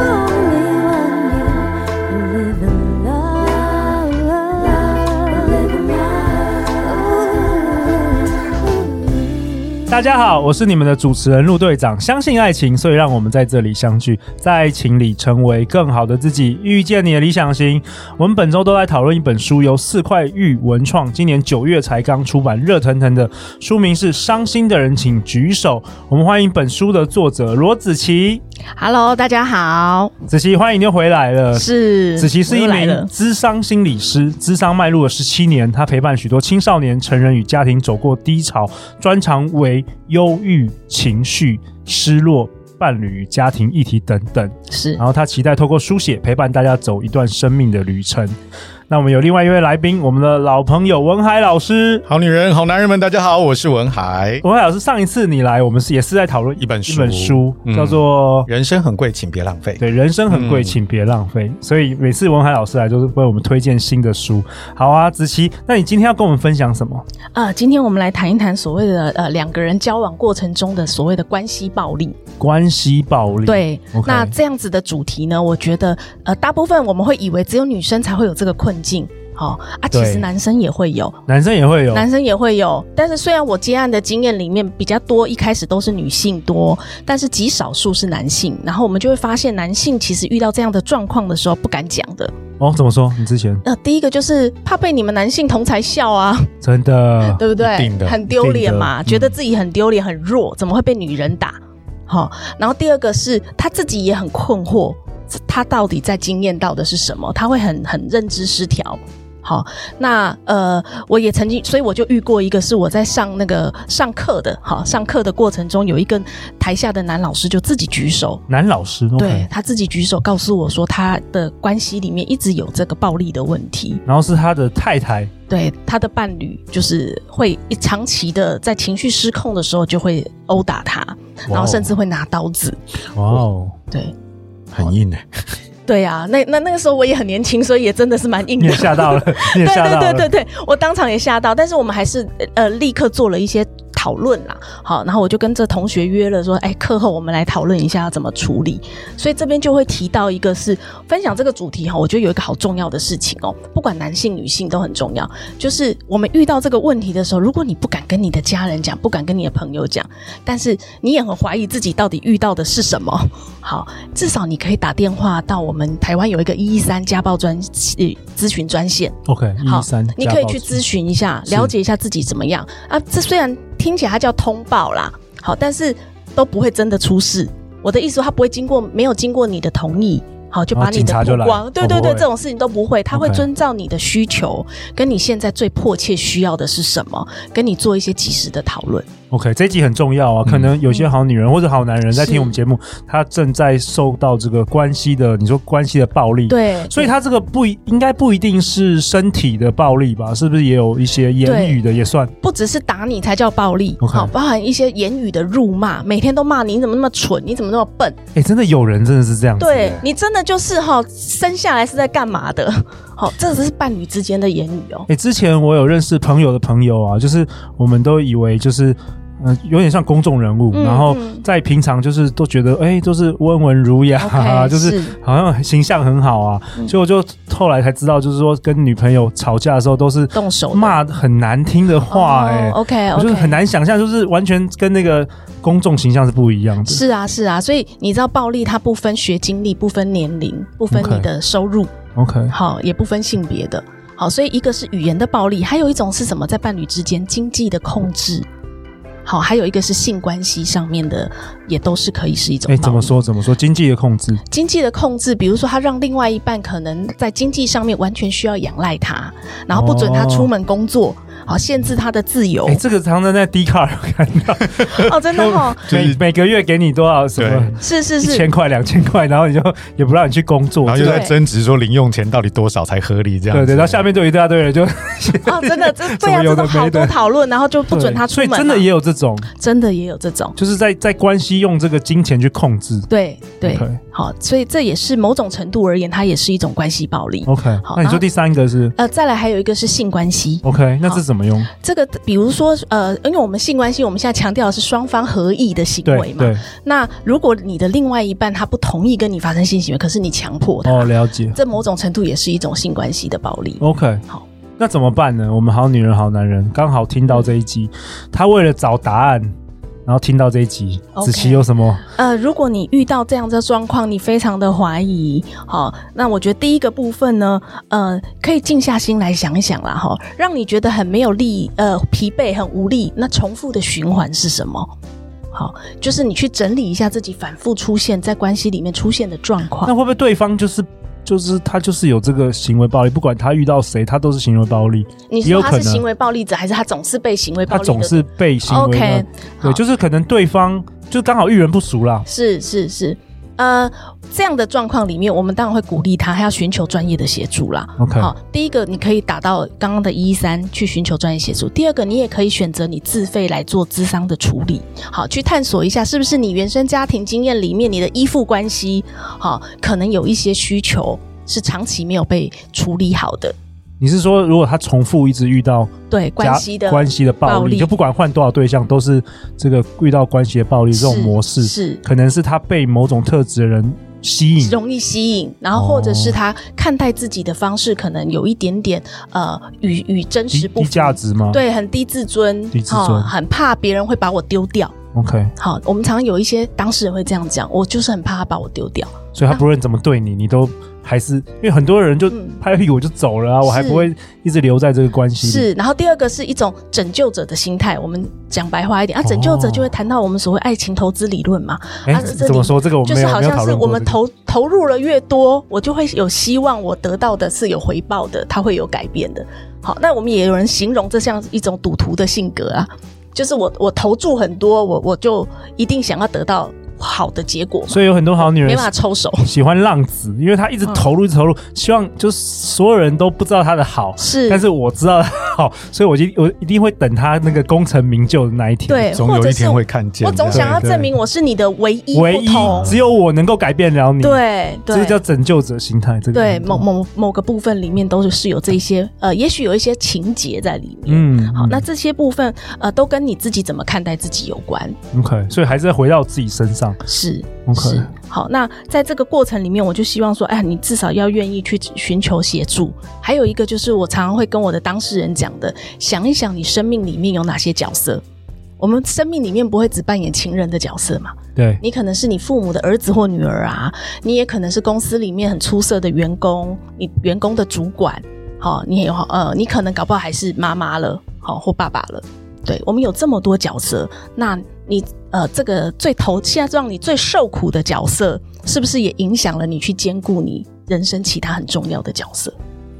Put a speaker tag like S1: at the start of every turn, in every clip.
S1: only one you live in love, love, live in love.
S2: 大家好，我是你们的主持人陆队长。相信爱情，所以让我们在这里相聚，在爱情里成为更好的自己，遇见你的理想型。我们本周都在讨论一本书，由四块玉文创今年九月才刚出版，热腾腾的，书名是《伤心的人请举手》。我们欢迎本书的作者罗子琪。
S3: Hello，大家好，
S2: 子琪，欢迎你又回来了。
S3: 是
S2: 呃子琪是一
S3: 我又来
S2: 名
S3: 了，
S2: 资商心理师，资商迈入了十七年，他陪伴许多青少年、成人与家庭走过低潮，专长为忧郁、情绪、失落、伴侣与家庭议题等等。
S3: 是
S2: 然后他期待透过书写陪伴大家走一段生命的旅程。那我们有另外一位来宾，我们的老朋友文海老师。
S4: 好女人，好男人们，大家好，我是文海。
S2: 文海老师，上一次你来，我们是也是在讨论
S4: 一本
S2: 一本
S4: 书
S2: 书，
S4: 嗯
S2: 叫做
S4: 人生很贵，请别浪费。
S2: 对，人生很贵，
S4: 嗯
S2: 请别浪费。所以每次文海老师来，就是为我们推荐新的书。好啊，子琪，那你今天要跟我们分享什么？
S3: 呃，今天我们来谈一谈所谓的呃两个人交往过程中的所谓的关系暴力。
S2: 关系暴力。，
S3: 对
S2: OK
S3: 那这样子的主题呢，我觉得呃大部分我们会以为只有女生才会有这个困境，好、啊，其实
S2: 对
S3: 男生也会有，
S2: 男生也会有。
S3: 男生也会有。但是虽然我接案的经验里面比较多，一开始都是女性多，但是极少数是男性。然后我们就会发现，男性其实遇到这样的状况的时候不敢讲的。
S2: 哦，怎么说？你之前
S3: 呃，第一个就是怕被你们男性同才笑啊，
S2: 真的
S3: 对不对？
S4: 一定的
S3: 很丢脸嘛，
S2: 一定的嗯
S3: 觉得自己很丢脸、很弱，怎么会被女人打？好、然后第二个是他自己也很困惑，他到底在经验到的是什么？他会很很认知失调。好，那呃，我也曾经，所以我就遇过一个，是我在上那个上课的，好，上课的过程中，有一个台下的男老师就自己举手，
S2: 男老师，OK
S3: 对他自己举手告诉我说，他的关系里面一直有这个暴力的问题，
S2: 然后是他的太太，
S3: 对他的伴侣，就是会一长期的在情绪失控的时候就会殴打他，
S2: 哦
S3: 然后甚至会拿刀子。
S2: 哇哦，
S3: 对
S4: 很硬哎、
S3: 对啊，那那那个时候我也很年轻，所以也真的是蛮硬
S2: 你
S3: 的
S2: 也。吓 到了，你 也
S3: 对
S2: 吓
S3: 对
S2: 到了，
S3: 对对对，我当场也吓到，但是我们还是呃立刻做了一些讨论啦。好，然后我就跟这同学约了说，哎，课后我们来讨论一下要怎么处理。所以这边就会提到一个是分享这个主题哈，我觉得有一个好重要的事情哦，不管男性女性都很重要，就是我们遇到这个问题的时候，如果你不敢跟你的家人讲，不敢跟你的朋友讲，但是你也很怀疑自己到底遇到的是什么，好，至少你可以打电话到我们台湾有一个一一三家暴专呃咨询专线。
S2: ，OK，
S3: 好
S2: 一三，
S3: 你可以去咨询一下，
S2: 是
S3: 了解一下自己怎么样啊。这虽然听起来它叫通报啦，好，但是都不会真的出事。我的意思说，它不会经过没有经过你的同意，好就
S2: 然
S3: 把
S2: 后
S3: 你的
S2: 警察就
S3: 曝
S2: 来哦
S3: 光，对对
S2: 会不
S3: 对，
S2: 会
S3: 这种事情都不会，他会
S2: OK
S3: 遵照你的需求，跟你现在最迫切需要的是什么，跟你做一些及时的讨论。
S2: OK，这一集很重要啊，可能有些好女人或者好男人在
S3: 是
S2: 听我们节目，他正在受到这个关系的，你说关系的暴力，
S3: 对，
S2: 所以他这个不一应该不一定是身体的暴力吧？是不是也有一些言语的也算？
S3: 不只是打你才叫暴力，
S2: OK
S3: 好，包含一些言语的辱骂，每天都骂你，你怎么那么蠢，你怎么那么笨，
S2: 哎、真的有人真的是这样子。
S3: 对你真的就是哈、生下来是在干嘛的？ 好、这只是伴侣之间的言语 哦。
S2: 哎、之前我有认识朋友的朋友啊，就是我们都以为就是，嗯、有点像公众人物，
S3: 嗯
S2: 然后
S3: 嗯
S2: 在平常就是都觉得，哎、都是温文儒雅、啊
S3: OK，
S2: 就是
S3: 是嗯
S2: 好像形象很好啊。所以我就后来才知道，就是说跟女朋友吵架的时候都是
S3: 动手的
S2: 骂很难听的话、哎、
S3: o k
S2: 我
S3: OK，
S2: 就是很。难想象，就是完全跟那个公众形象是不一样的。
S3: 是啊，是啊，所以你知道暴力它不分学经历，不分年龄，不分
S2: OK
S3: 你的收入，
S2: OK，
S3: 好，也不分性别的。好，所以一个是语言的暴力，还有一种是什么？在伴侣之间经济的控制。好，还有一个是性关系上面的，也都是可以是一种
S2: 哎、
S3: 暴力。
S2: 怎么说怎么说？经济的控制
S3: 经济的控制，比如说他让另外一半可能在经济上面完全需要仰赖他，然后不准他出门工作，好、限制他的自
S2: 哦
S3: 由
S2: 哎、。这个常常在 d 卡尔看 到，
S3: 哦，真的哈、哦，
S4: 就是
S2: 每每个月给你多少什么
S4: 对
S3: 是是
S2: 一
S3: 是
S2: 千，块、两千块，然后你就也不让你去工作，
S4: 然后
S2: 这
S4: 就
S2: 个
S4: 在争执说零用钱到底多少才合理这样
S2: 对
S4: 子。
S2: 对，然后下面就有一大堆人就
S3: 哦，真的 这对
S2: 怎么
S3: 啊，
S2: 有的
S3: 这都好
S2: 没的
S3: 多讨论，然后就不准他出
S2: 所以
S3: 门嘛、啊
S2: 真的也有这种，
S3: 真的也有这种，
S2: 就是在在关系用这个金钱去控制。
S3: 对对
S2: OK。
S3: 好，所以这也是某种程度而言，它也是一种关系暴力。
S2: OK，
S3: 好
S2: 那你说第三个是
S3: 呃，再来还有一个是性关系，
S2: OK，那
S3: 好
S2: 这怎么用？
S3: 这个比如说呃，因为我们性关系，我们现在强调的是双方合意的行为
S2: 对
S3: 嘛。
S2: 对，
S3: 那如果你的另外一半他不同意跟你发生性行为，可是你强迫他，
S2: 哦，了解。
S3: 这某种程度也是一种性关系的暴力。
S2: OK，
S3: 好，
S2: 那怎么办呢？我们好女人好男人刚好听到这一集，他为了找答案，然后听到这一集，
S3: OK
S2: 子琪有什么？
S3: 呃，如果你遇到这样的状况，你非常的怀疑，好、那我觉得第一个部分呢，呃，可以静下心来想一想啦，哈、让你觉得很没有力，呃，疲惫，很无力，那重复的循环是什么？好，就是你去整理一下自己反复出现在关系里面出现的状况
S2: 那。会不会对方就是就是他就是有这个行为暴力，不管他遇到谁，他都是行为暴力，
S3: 你
S2: 也有
S3: 说他
S2: 可
S3: 是
S2: 能
S3: 行为暴力者，还是他总是被行为
S2: 他
S3: 暴力的？
S2: 总是被行为
S3: OK，
S2: 对，
S3: 好
S2: 就是可能对方就刚好遇人不淑啦。
S3: 是是是，呃，这样的状况里面，我们当然会鼓励他，他要寻求专业的协助啦。
S2: OK
S3: 好，第一个你可以打到刚刚的一三去寻求专业协助，第二个你也可以选择你自费来做咨商的处理，好，去探索一下是不是你原生家庭经验里面你的依附关系，好，可能有一些需求是长期没有被处理好的，
S2: 你是说，如果他重复一直遇到
S3: 对
S2: 家
S3: 关系的
S2: 关系的暴
S3: 暴
S2: 力，
S3: 力
S2: 就不管换多少对象，都是这个遇到关系的暴力这种
S3: 是
S2: 模式，
S3: 是
S2: 可能是他被某种特质的人吸引，
S3: 容易吸引，然后或者是他看待自己的方式可能有一点点呃与与真
S2: 低
S3: 实不
S2: 低
S3: 符
S2: 价值吗？
S3: 对，很低自尊，
S2: 低自尊
S3: 很怕别人会把我丢掉。
S2: ，OK，
S3: 好，我们常常有一些当事人会这样讲，我就是很怕他把我丢掉。
S2: 所以他不论怎么对你，你都还是因为很多人就
S3: 嗯
S2: 拍屁股就走了啊，我还
S3: 是
S2: 不会一直留在这个关系里。
S3: 是，然后第二个是一种拯救者的心态。我们讲白话一
S2: 哦
S3: 点啊，拯救者就会谈到我们所谓爱情投资理论嘛，
S2: 哎、
S3: 啊这这
S2: 怎么
S3: 里
S2: 说？这个我
S3: 就
S2: 没
S3: 是
S2: 有
S3: 好
S2: 没有
S3: 像
S2: 讨
S3: 是
S2: 论
S3: 我
S2: 过
S3: 们
S2: 这个。
S3: 投投入了越多，我就会有希望我得到的是有回报的，它会有改变的。好，那我们也有人形容这像一种赌徒的性格啊，就是我我投注很多，我我就一定想要得到好的结果嘛，
S2: 所以有很多好女
S3: 没
S2: 人
S3: 办法嗯抽手。
S2: 喜欢浪子，因为她一直投入，一直投入，希望就是所有人都不知道她的好，
S3: 是，
S2: 但是我知道她好，所以我就我一定会等她那个功成名就的那一天。，
S3: 对，
S4: 总
S3: 或
S4: 有
S3: 者
S4: 一
S3: 是
S4: 天会看见
S3: 我
S4: 的。
S3: 总想要
S2: 对对
S3: 证明我是你的唯一
S2: 唯
S3: 不
S2: 一
S3: 同，
S2: 只有我能够改变了你。，
S3: 对对，
S2: 这个叫拯救者心态。这个
S3: 对
S2: 很
S3: 某
S2: 重要
S3: 某某个部分里面都是有这一些呃，也许有一些情节在里面。
S2: 嗯，
S3: 好，
S2: 嗯
S3: 那这些部分呃，都跟你自己怎么看待自己有关。
S2: OK，所以还是回到自己身上。
S3: 是
S2: OK
S3: 是。好，那在这个过程里面，我就希望说，哎，你至少要愿意去寻求协助。还有一个就是，我常常会跟我的当事人讲的，想一想你生命里面有哪些角色。我们生命里面不会只扮演情人的角色嘛？
S2: 对，
S3: 你可能是你父母的儿子或女儿啊，你也可能是公司里面很出色的员工，你员工的主管，好、你也有呃，你可能搞不好还是妈妈了，好、或爸爸了。对我们有这么多角色，那你呃，这个最头现在让你最受苦的角色，是不是也影响了你去兼顾你人生其他很重要的角色？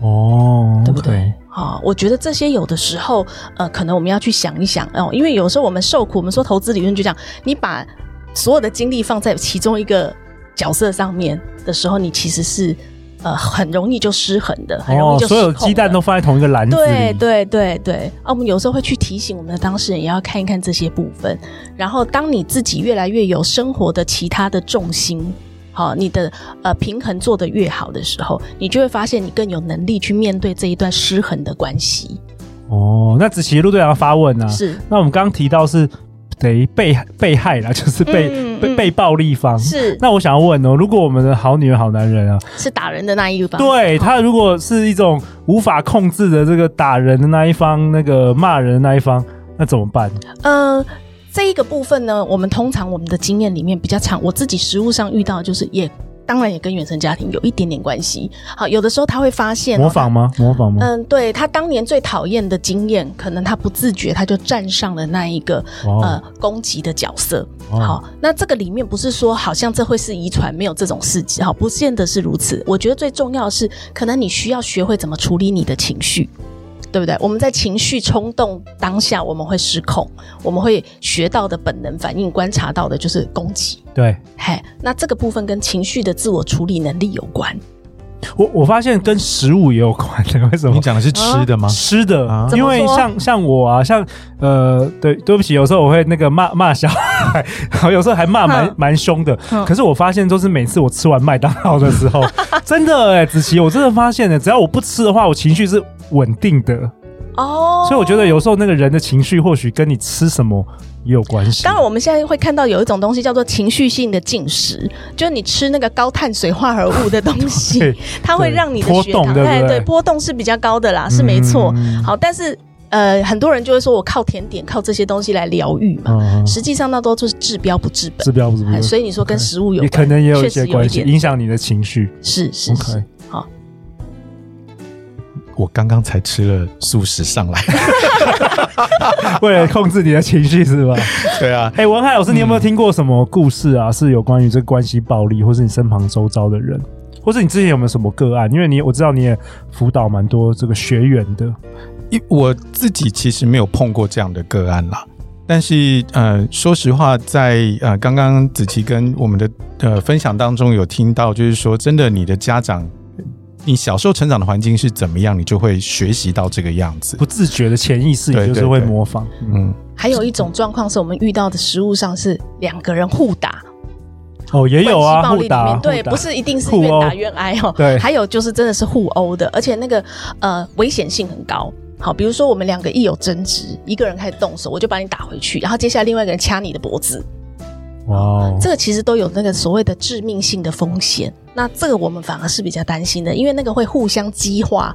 S2: 哦，
S3: 对不对
S2: OK？
S3: 啊、我觉得这些有的时候，呃，可能我们要去想一想哦，因为有时候我们受苦，我们说投资理论就讲，你把所有的精力放在其中一个角色上面的时候，你其实是呃很容易就失衡的，很容易
S2: 哦，
S3: 就失
S2: 所
S3: 控的、
S2: 有鸡蛋都放在同一个篮子
S3: 对
S2: 里。
S3: 对对对，啊，我们有时候会去提醒我们的当事人，也要看一看这些部分。然后，当你自己越来越有生活的其他的重心，好、你的呃平衡做得越好的时候，你就会发现你更有能力去面对这一段失衡的关系。
S2: 哦，那子琪陆队长发问啊，
S3: 是
S2: 那我们刚刚提到是等于被被害啦，就是被、
S3: 嗯
S2: 被
S3: 嗯
S2: 被暴力方。
S3: 是
S2: 那我想要问哦，如果我们的好女人、好男人啊，
S3: 是打人的那一方，
S2: 对他如果是一种无法控制的这个打人的那一方，那个骂人的那一方，那怎么办？
S3: 呃。这一个部分呢，我们通常我们的经验里面比较常，我自己实务上遇到的就是也，当然也跟原生家庭有一点点关系。好，有的时候他会发现哦
S2: 模仿吗？模仿吗？
S3: 嗯，对他当年最讨厌的经验，可能他不自觉他就站上了那一个、
S2: 哇
S3: 呃攻击的角色。
S2: 哦
S3: 好，那这个里面不是说好像这会是遗传，没有这种事迹，好，不见得是如此。我觉得最重要的是，可能你需要学会怎么处理你的情绪。对不对？我们在情绪冲动当下，我们会失控，我们会学到的本能反应、观察到的就是攻击。
S2: 对，
S3: 嘿，那这个部分跟情绪的自我处理能力有关。
S2: 我我发现跟食物也有关的，为什么
S4: 你？讲的是吃的吗？
S2: 吃的，
S4: 啊
S2: 因为
S3: 怎么说
S2: 像像我啊，像呃，对，对不起，有时候我会那个骂骂小孩， 然后有时候还骂蛮
S3: 嗯
S2: 蛮凶的。
S3: 嗯
S2: 可是我发现，就是每次我吃完麦当劳的 时候，真的哎、子琪，我真的发现欸了，只要我不吃的话，我情绪是稳定的。
S3: 哦，
S2: 所以我觉得有时候那个人的情绪，或许跟你吃什么也有关系。
S3: 当然，我们现在会看到有一种东西叫做情绪性的进食，就是你吃那个高碳水化合物的东 西
S2: 对，
S3: 它会
S2: 对
S3: 让你的
S2: 波
S3: 血
S2: 动
S3: 糖
S2: 对不
S3: 哎
S2: 对嗯
S3: 对波动是比较高的啦，是没错。好，但是呃，很多人就会说我靠甜点、靠这些东西来疗愈嘛，
S2: 嗯，
S3: 实际上那都就是治标不治本。
S2: 治标不治
S3: 哎
S2: 本，
S3: 所以你说跟食物有
S2: 也
S3: 关，
S2: 可能也有一
S3: 确
S2: 些
S3: 实有
S2: 关
S3: 一
S2: 系，
S3: 点
S2: 影响你的情绪。
S3: 是是
S2: OK，
S3: 是，嗯
S4: 我刚刚才吃了素食上来。
S2: 为了控制你的情绪是吧？
S4: 对啊，
S2: 哎、文海老师，你有没有听过什么故事啊？是有关于这个关系暴力，或是你身旁周遭的人，或是你之前有没有什么个案？因为你我知道你也辅导蛮多这个学员的，
S4: 因我自己其实没有碰过这样的个案啦。但是，呃，说实话，在呃刚刚子琪跟我们的呃分享当中，有听到就是说，真的，你的家长，你小时候成长的环境是怎么样，你就会学习到这个样子
S2: 不。自觉的潜意识
S4: 对
S2: 也就是
S4: 对
S2: 会
S4: 对
S2: 模仿。嗯，
S4: 嗯，
S3: 还有一种状况是我们遇到的食物上是两个人互打，
S2: 哦，也有啊，
S3: 关
S2: 互
S3: 系暴力里
S2: 打，
S3: 面，对，
S2: 互打
S3: 不是一定是
S2: 互
S3: 愿
S2: 殴
S3: 打愿挨哦，
S2: 对
S3: 还有就是真的是互殴的，而且那个呃危险性很高。好，比如说我们两个一有争执，一个人开始动手，我就把你打回去，然后接下来另外一个人掐你的脖子，
S2: 哇哦，
S3: 这个其实都有那个所谓的致命性的风险。那这个我们反而是比较担心的，因为那个会互相激化。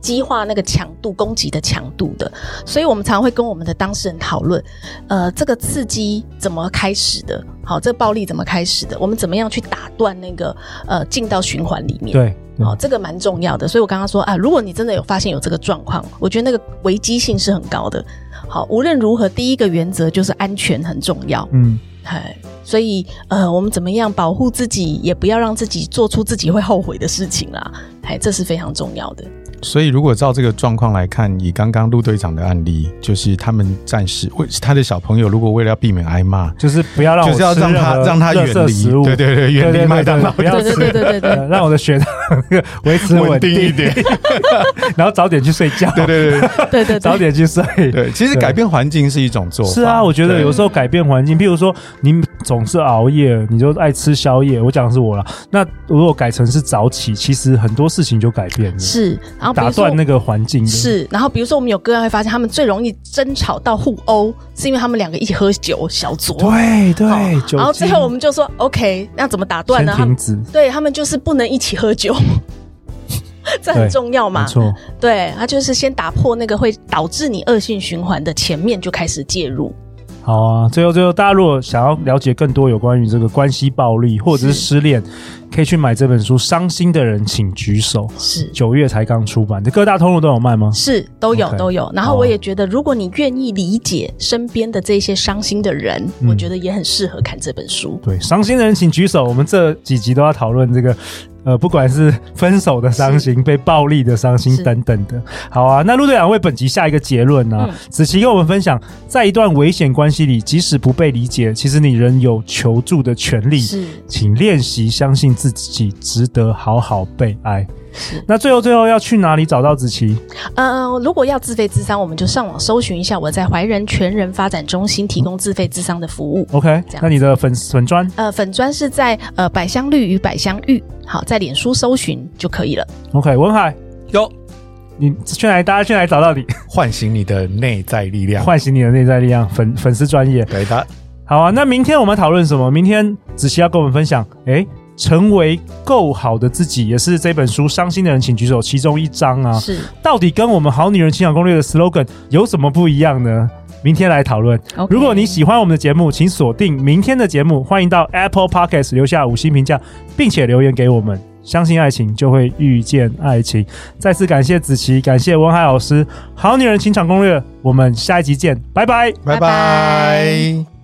S3: 激化那个强度，攻击的强度的，所以我们常会跟我们的当事人讨论，呃，这个刺激怎么开始的？好，这个暴力怎么开始的？我们怎么样去打断那个呃进到循环里面？
S2: 对，对
S3: 哦，这个蛮重要的。所以我刚刚说啊，如果你真的有发现有这个状况，我觉得那个危机性是很高的。好，无论如何，第一个原则就是安全很重要。
S2: 嗯，
S3: 哎，所以呃，我们怎么样保护自己，也不要让自己做出自己会后悔的事情啦。哎，这是非常重要的。
S4: 所以如果照这个状况来看，以刚刚陆队长的案例，就是他们暂时为他的小朋友，如果为了要避免挨骂，
S2: 就是不要让我
S4: 就是要
S2: 吃
S4: 让他
S2: 任何
S4: 让他
S2: 垃
S4: 远
S2: 圾
S4: 离，
S2: 食物，
S4: 对对对，远
S2: 对
S4: 离
S2: 对
S4: 麦当劳
S2: 对，不要
S3: 对
S2: 吃，
S3: 对对对对对
S2: 呃让我的血糖 维持稳
S4: 稳定一点，
S2: 然后早点去睡觉，
S4: 对对对对
S3: 对 对
S2: 早
S3: 对，
S2: 点去睡，
S4: 对，其实改变环境是一种做法。
S2: 是啊，我觉得
S4: 对
S2: 有时候改变环境，譬如说你总是熬夜，你就爱吃宵夜，我讲的是我啦。那如果改成是早起，其实很多事情就改变了，
S3: 是。然后比
S2: 打
S3: 如说
S2: 断那个环境的。
S3: 是，然后比如说我们有个案会发现，他们最容易争吵到互殴，是因为他们两个一起喝酒小酌。
S2: 对
S3: 好
S2: 对，酒
S3: 然后
S2: 精
S3: 最后我们就说，OK，那怎么打断
S2: 先
S3: 呢？他
S2: 停
S3: 们
S2: 止，
S3: 对他们就是不能一起喝酒。 这很
S2: 对
S3: 重要
S2: 没
S3: 嘛？
S2: 错，
S3: 对，他就是先打破那个会导致你恶性循环的前面就开始介入。
S2: 好啊。最后最后，大家如果想要了解更多有关于这个关系暴力或者是
S3: 是
S2: 失恋，可以去买这本书《伤心的人请举手》，
S3: 是
S2: 九月才刚出版，这各大通路都有卖吗？
S3: 是都有
S2: OK
S3: 都有。然
S2: 好啊
S3: 后我也觉得，如果你愿意理解身边的这些伤心的人，
S2: 嗯
S3: 我觉得也很适合看这本书。
S2: 对，伤心的人请举手。我们这几集都要讨论这个，呃，不管是分手的伤心、被暴力的伤心
S3: 是
S2: 等等的。好啊，那陆队长为本集下一个结论呢、啊
S3: 嗯？
S2: 子琪跟我们分享，在一段危险关系里，即使不被理解，其实你仍有求助的权利。
S3: 是
S2: 请练习相信自己，值得好好被爱
S3: 是。
S2: 那最后最后要去哪里找到子琪？
S3: 呃，如果要自费咨商，我们就上网搜寻一下我在怀仁全人发展中心提供自费咨商的服务。
S2: OK，
S3: 这样
S2: 那你的粉丝粉砖
S3: 呃，粉砖是在呃百香绿与百香玉，好，在脸书搜寻就可以了。
S2: OK，文海，
S4: 有
S2: 你去哪里？大家去哪里找到你？
S4: 唤醒你的内在力量。
S2: 唤醒你的内在力量，粉粉丝专业。
S4: 对的，
S2: 好啊，那明天我们讨论什么？明天子琪要跟我们分享，诶，成为够好的自己，也是这本书《伤心的人请举手》其中一章啊。
S3: 是
S2: 到底跟我们《好女人情感攻略》的 slogan 有什么不一样呢？明天来讨论。
S3: OK
S2: 如果你喜欢我们的节目，请锁定明天的节目，欢迎到 Apple Podcast 留下五星评价，并且留言给我们。相信爱情，就会遇见爱情。再次感谢子琪，感谢文海老师，《好女人情场攻略》，我们下一集见，拜拜。
S3: 拜
S4: 拜
S3: 拜
S4: 拜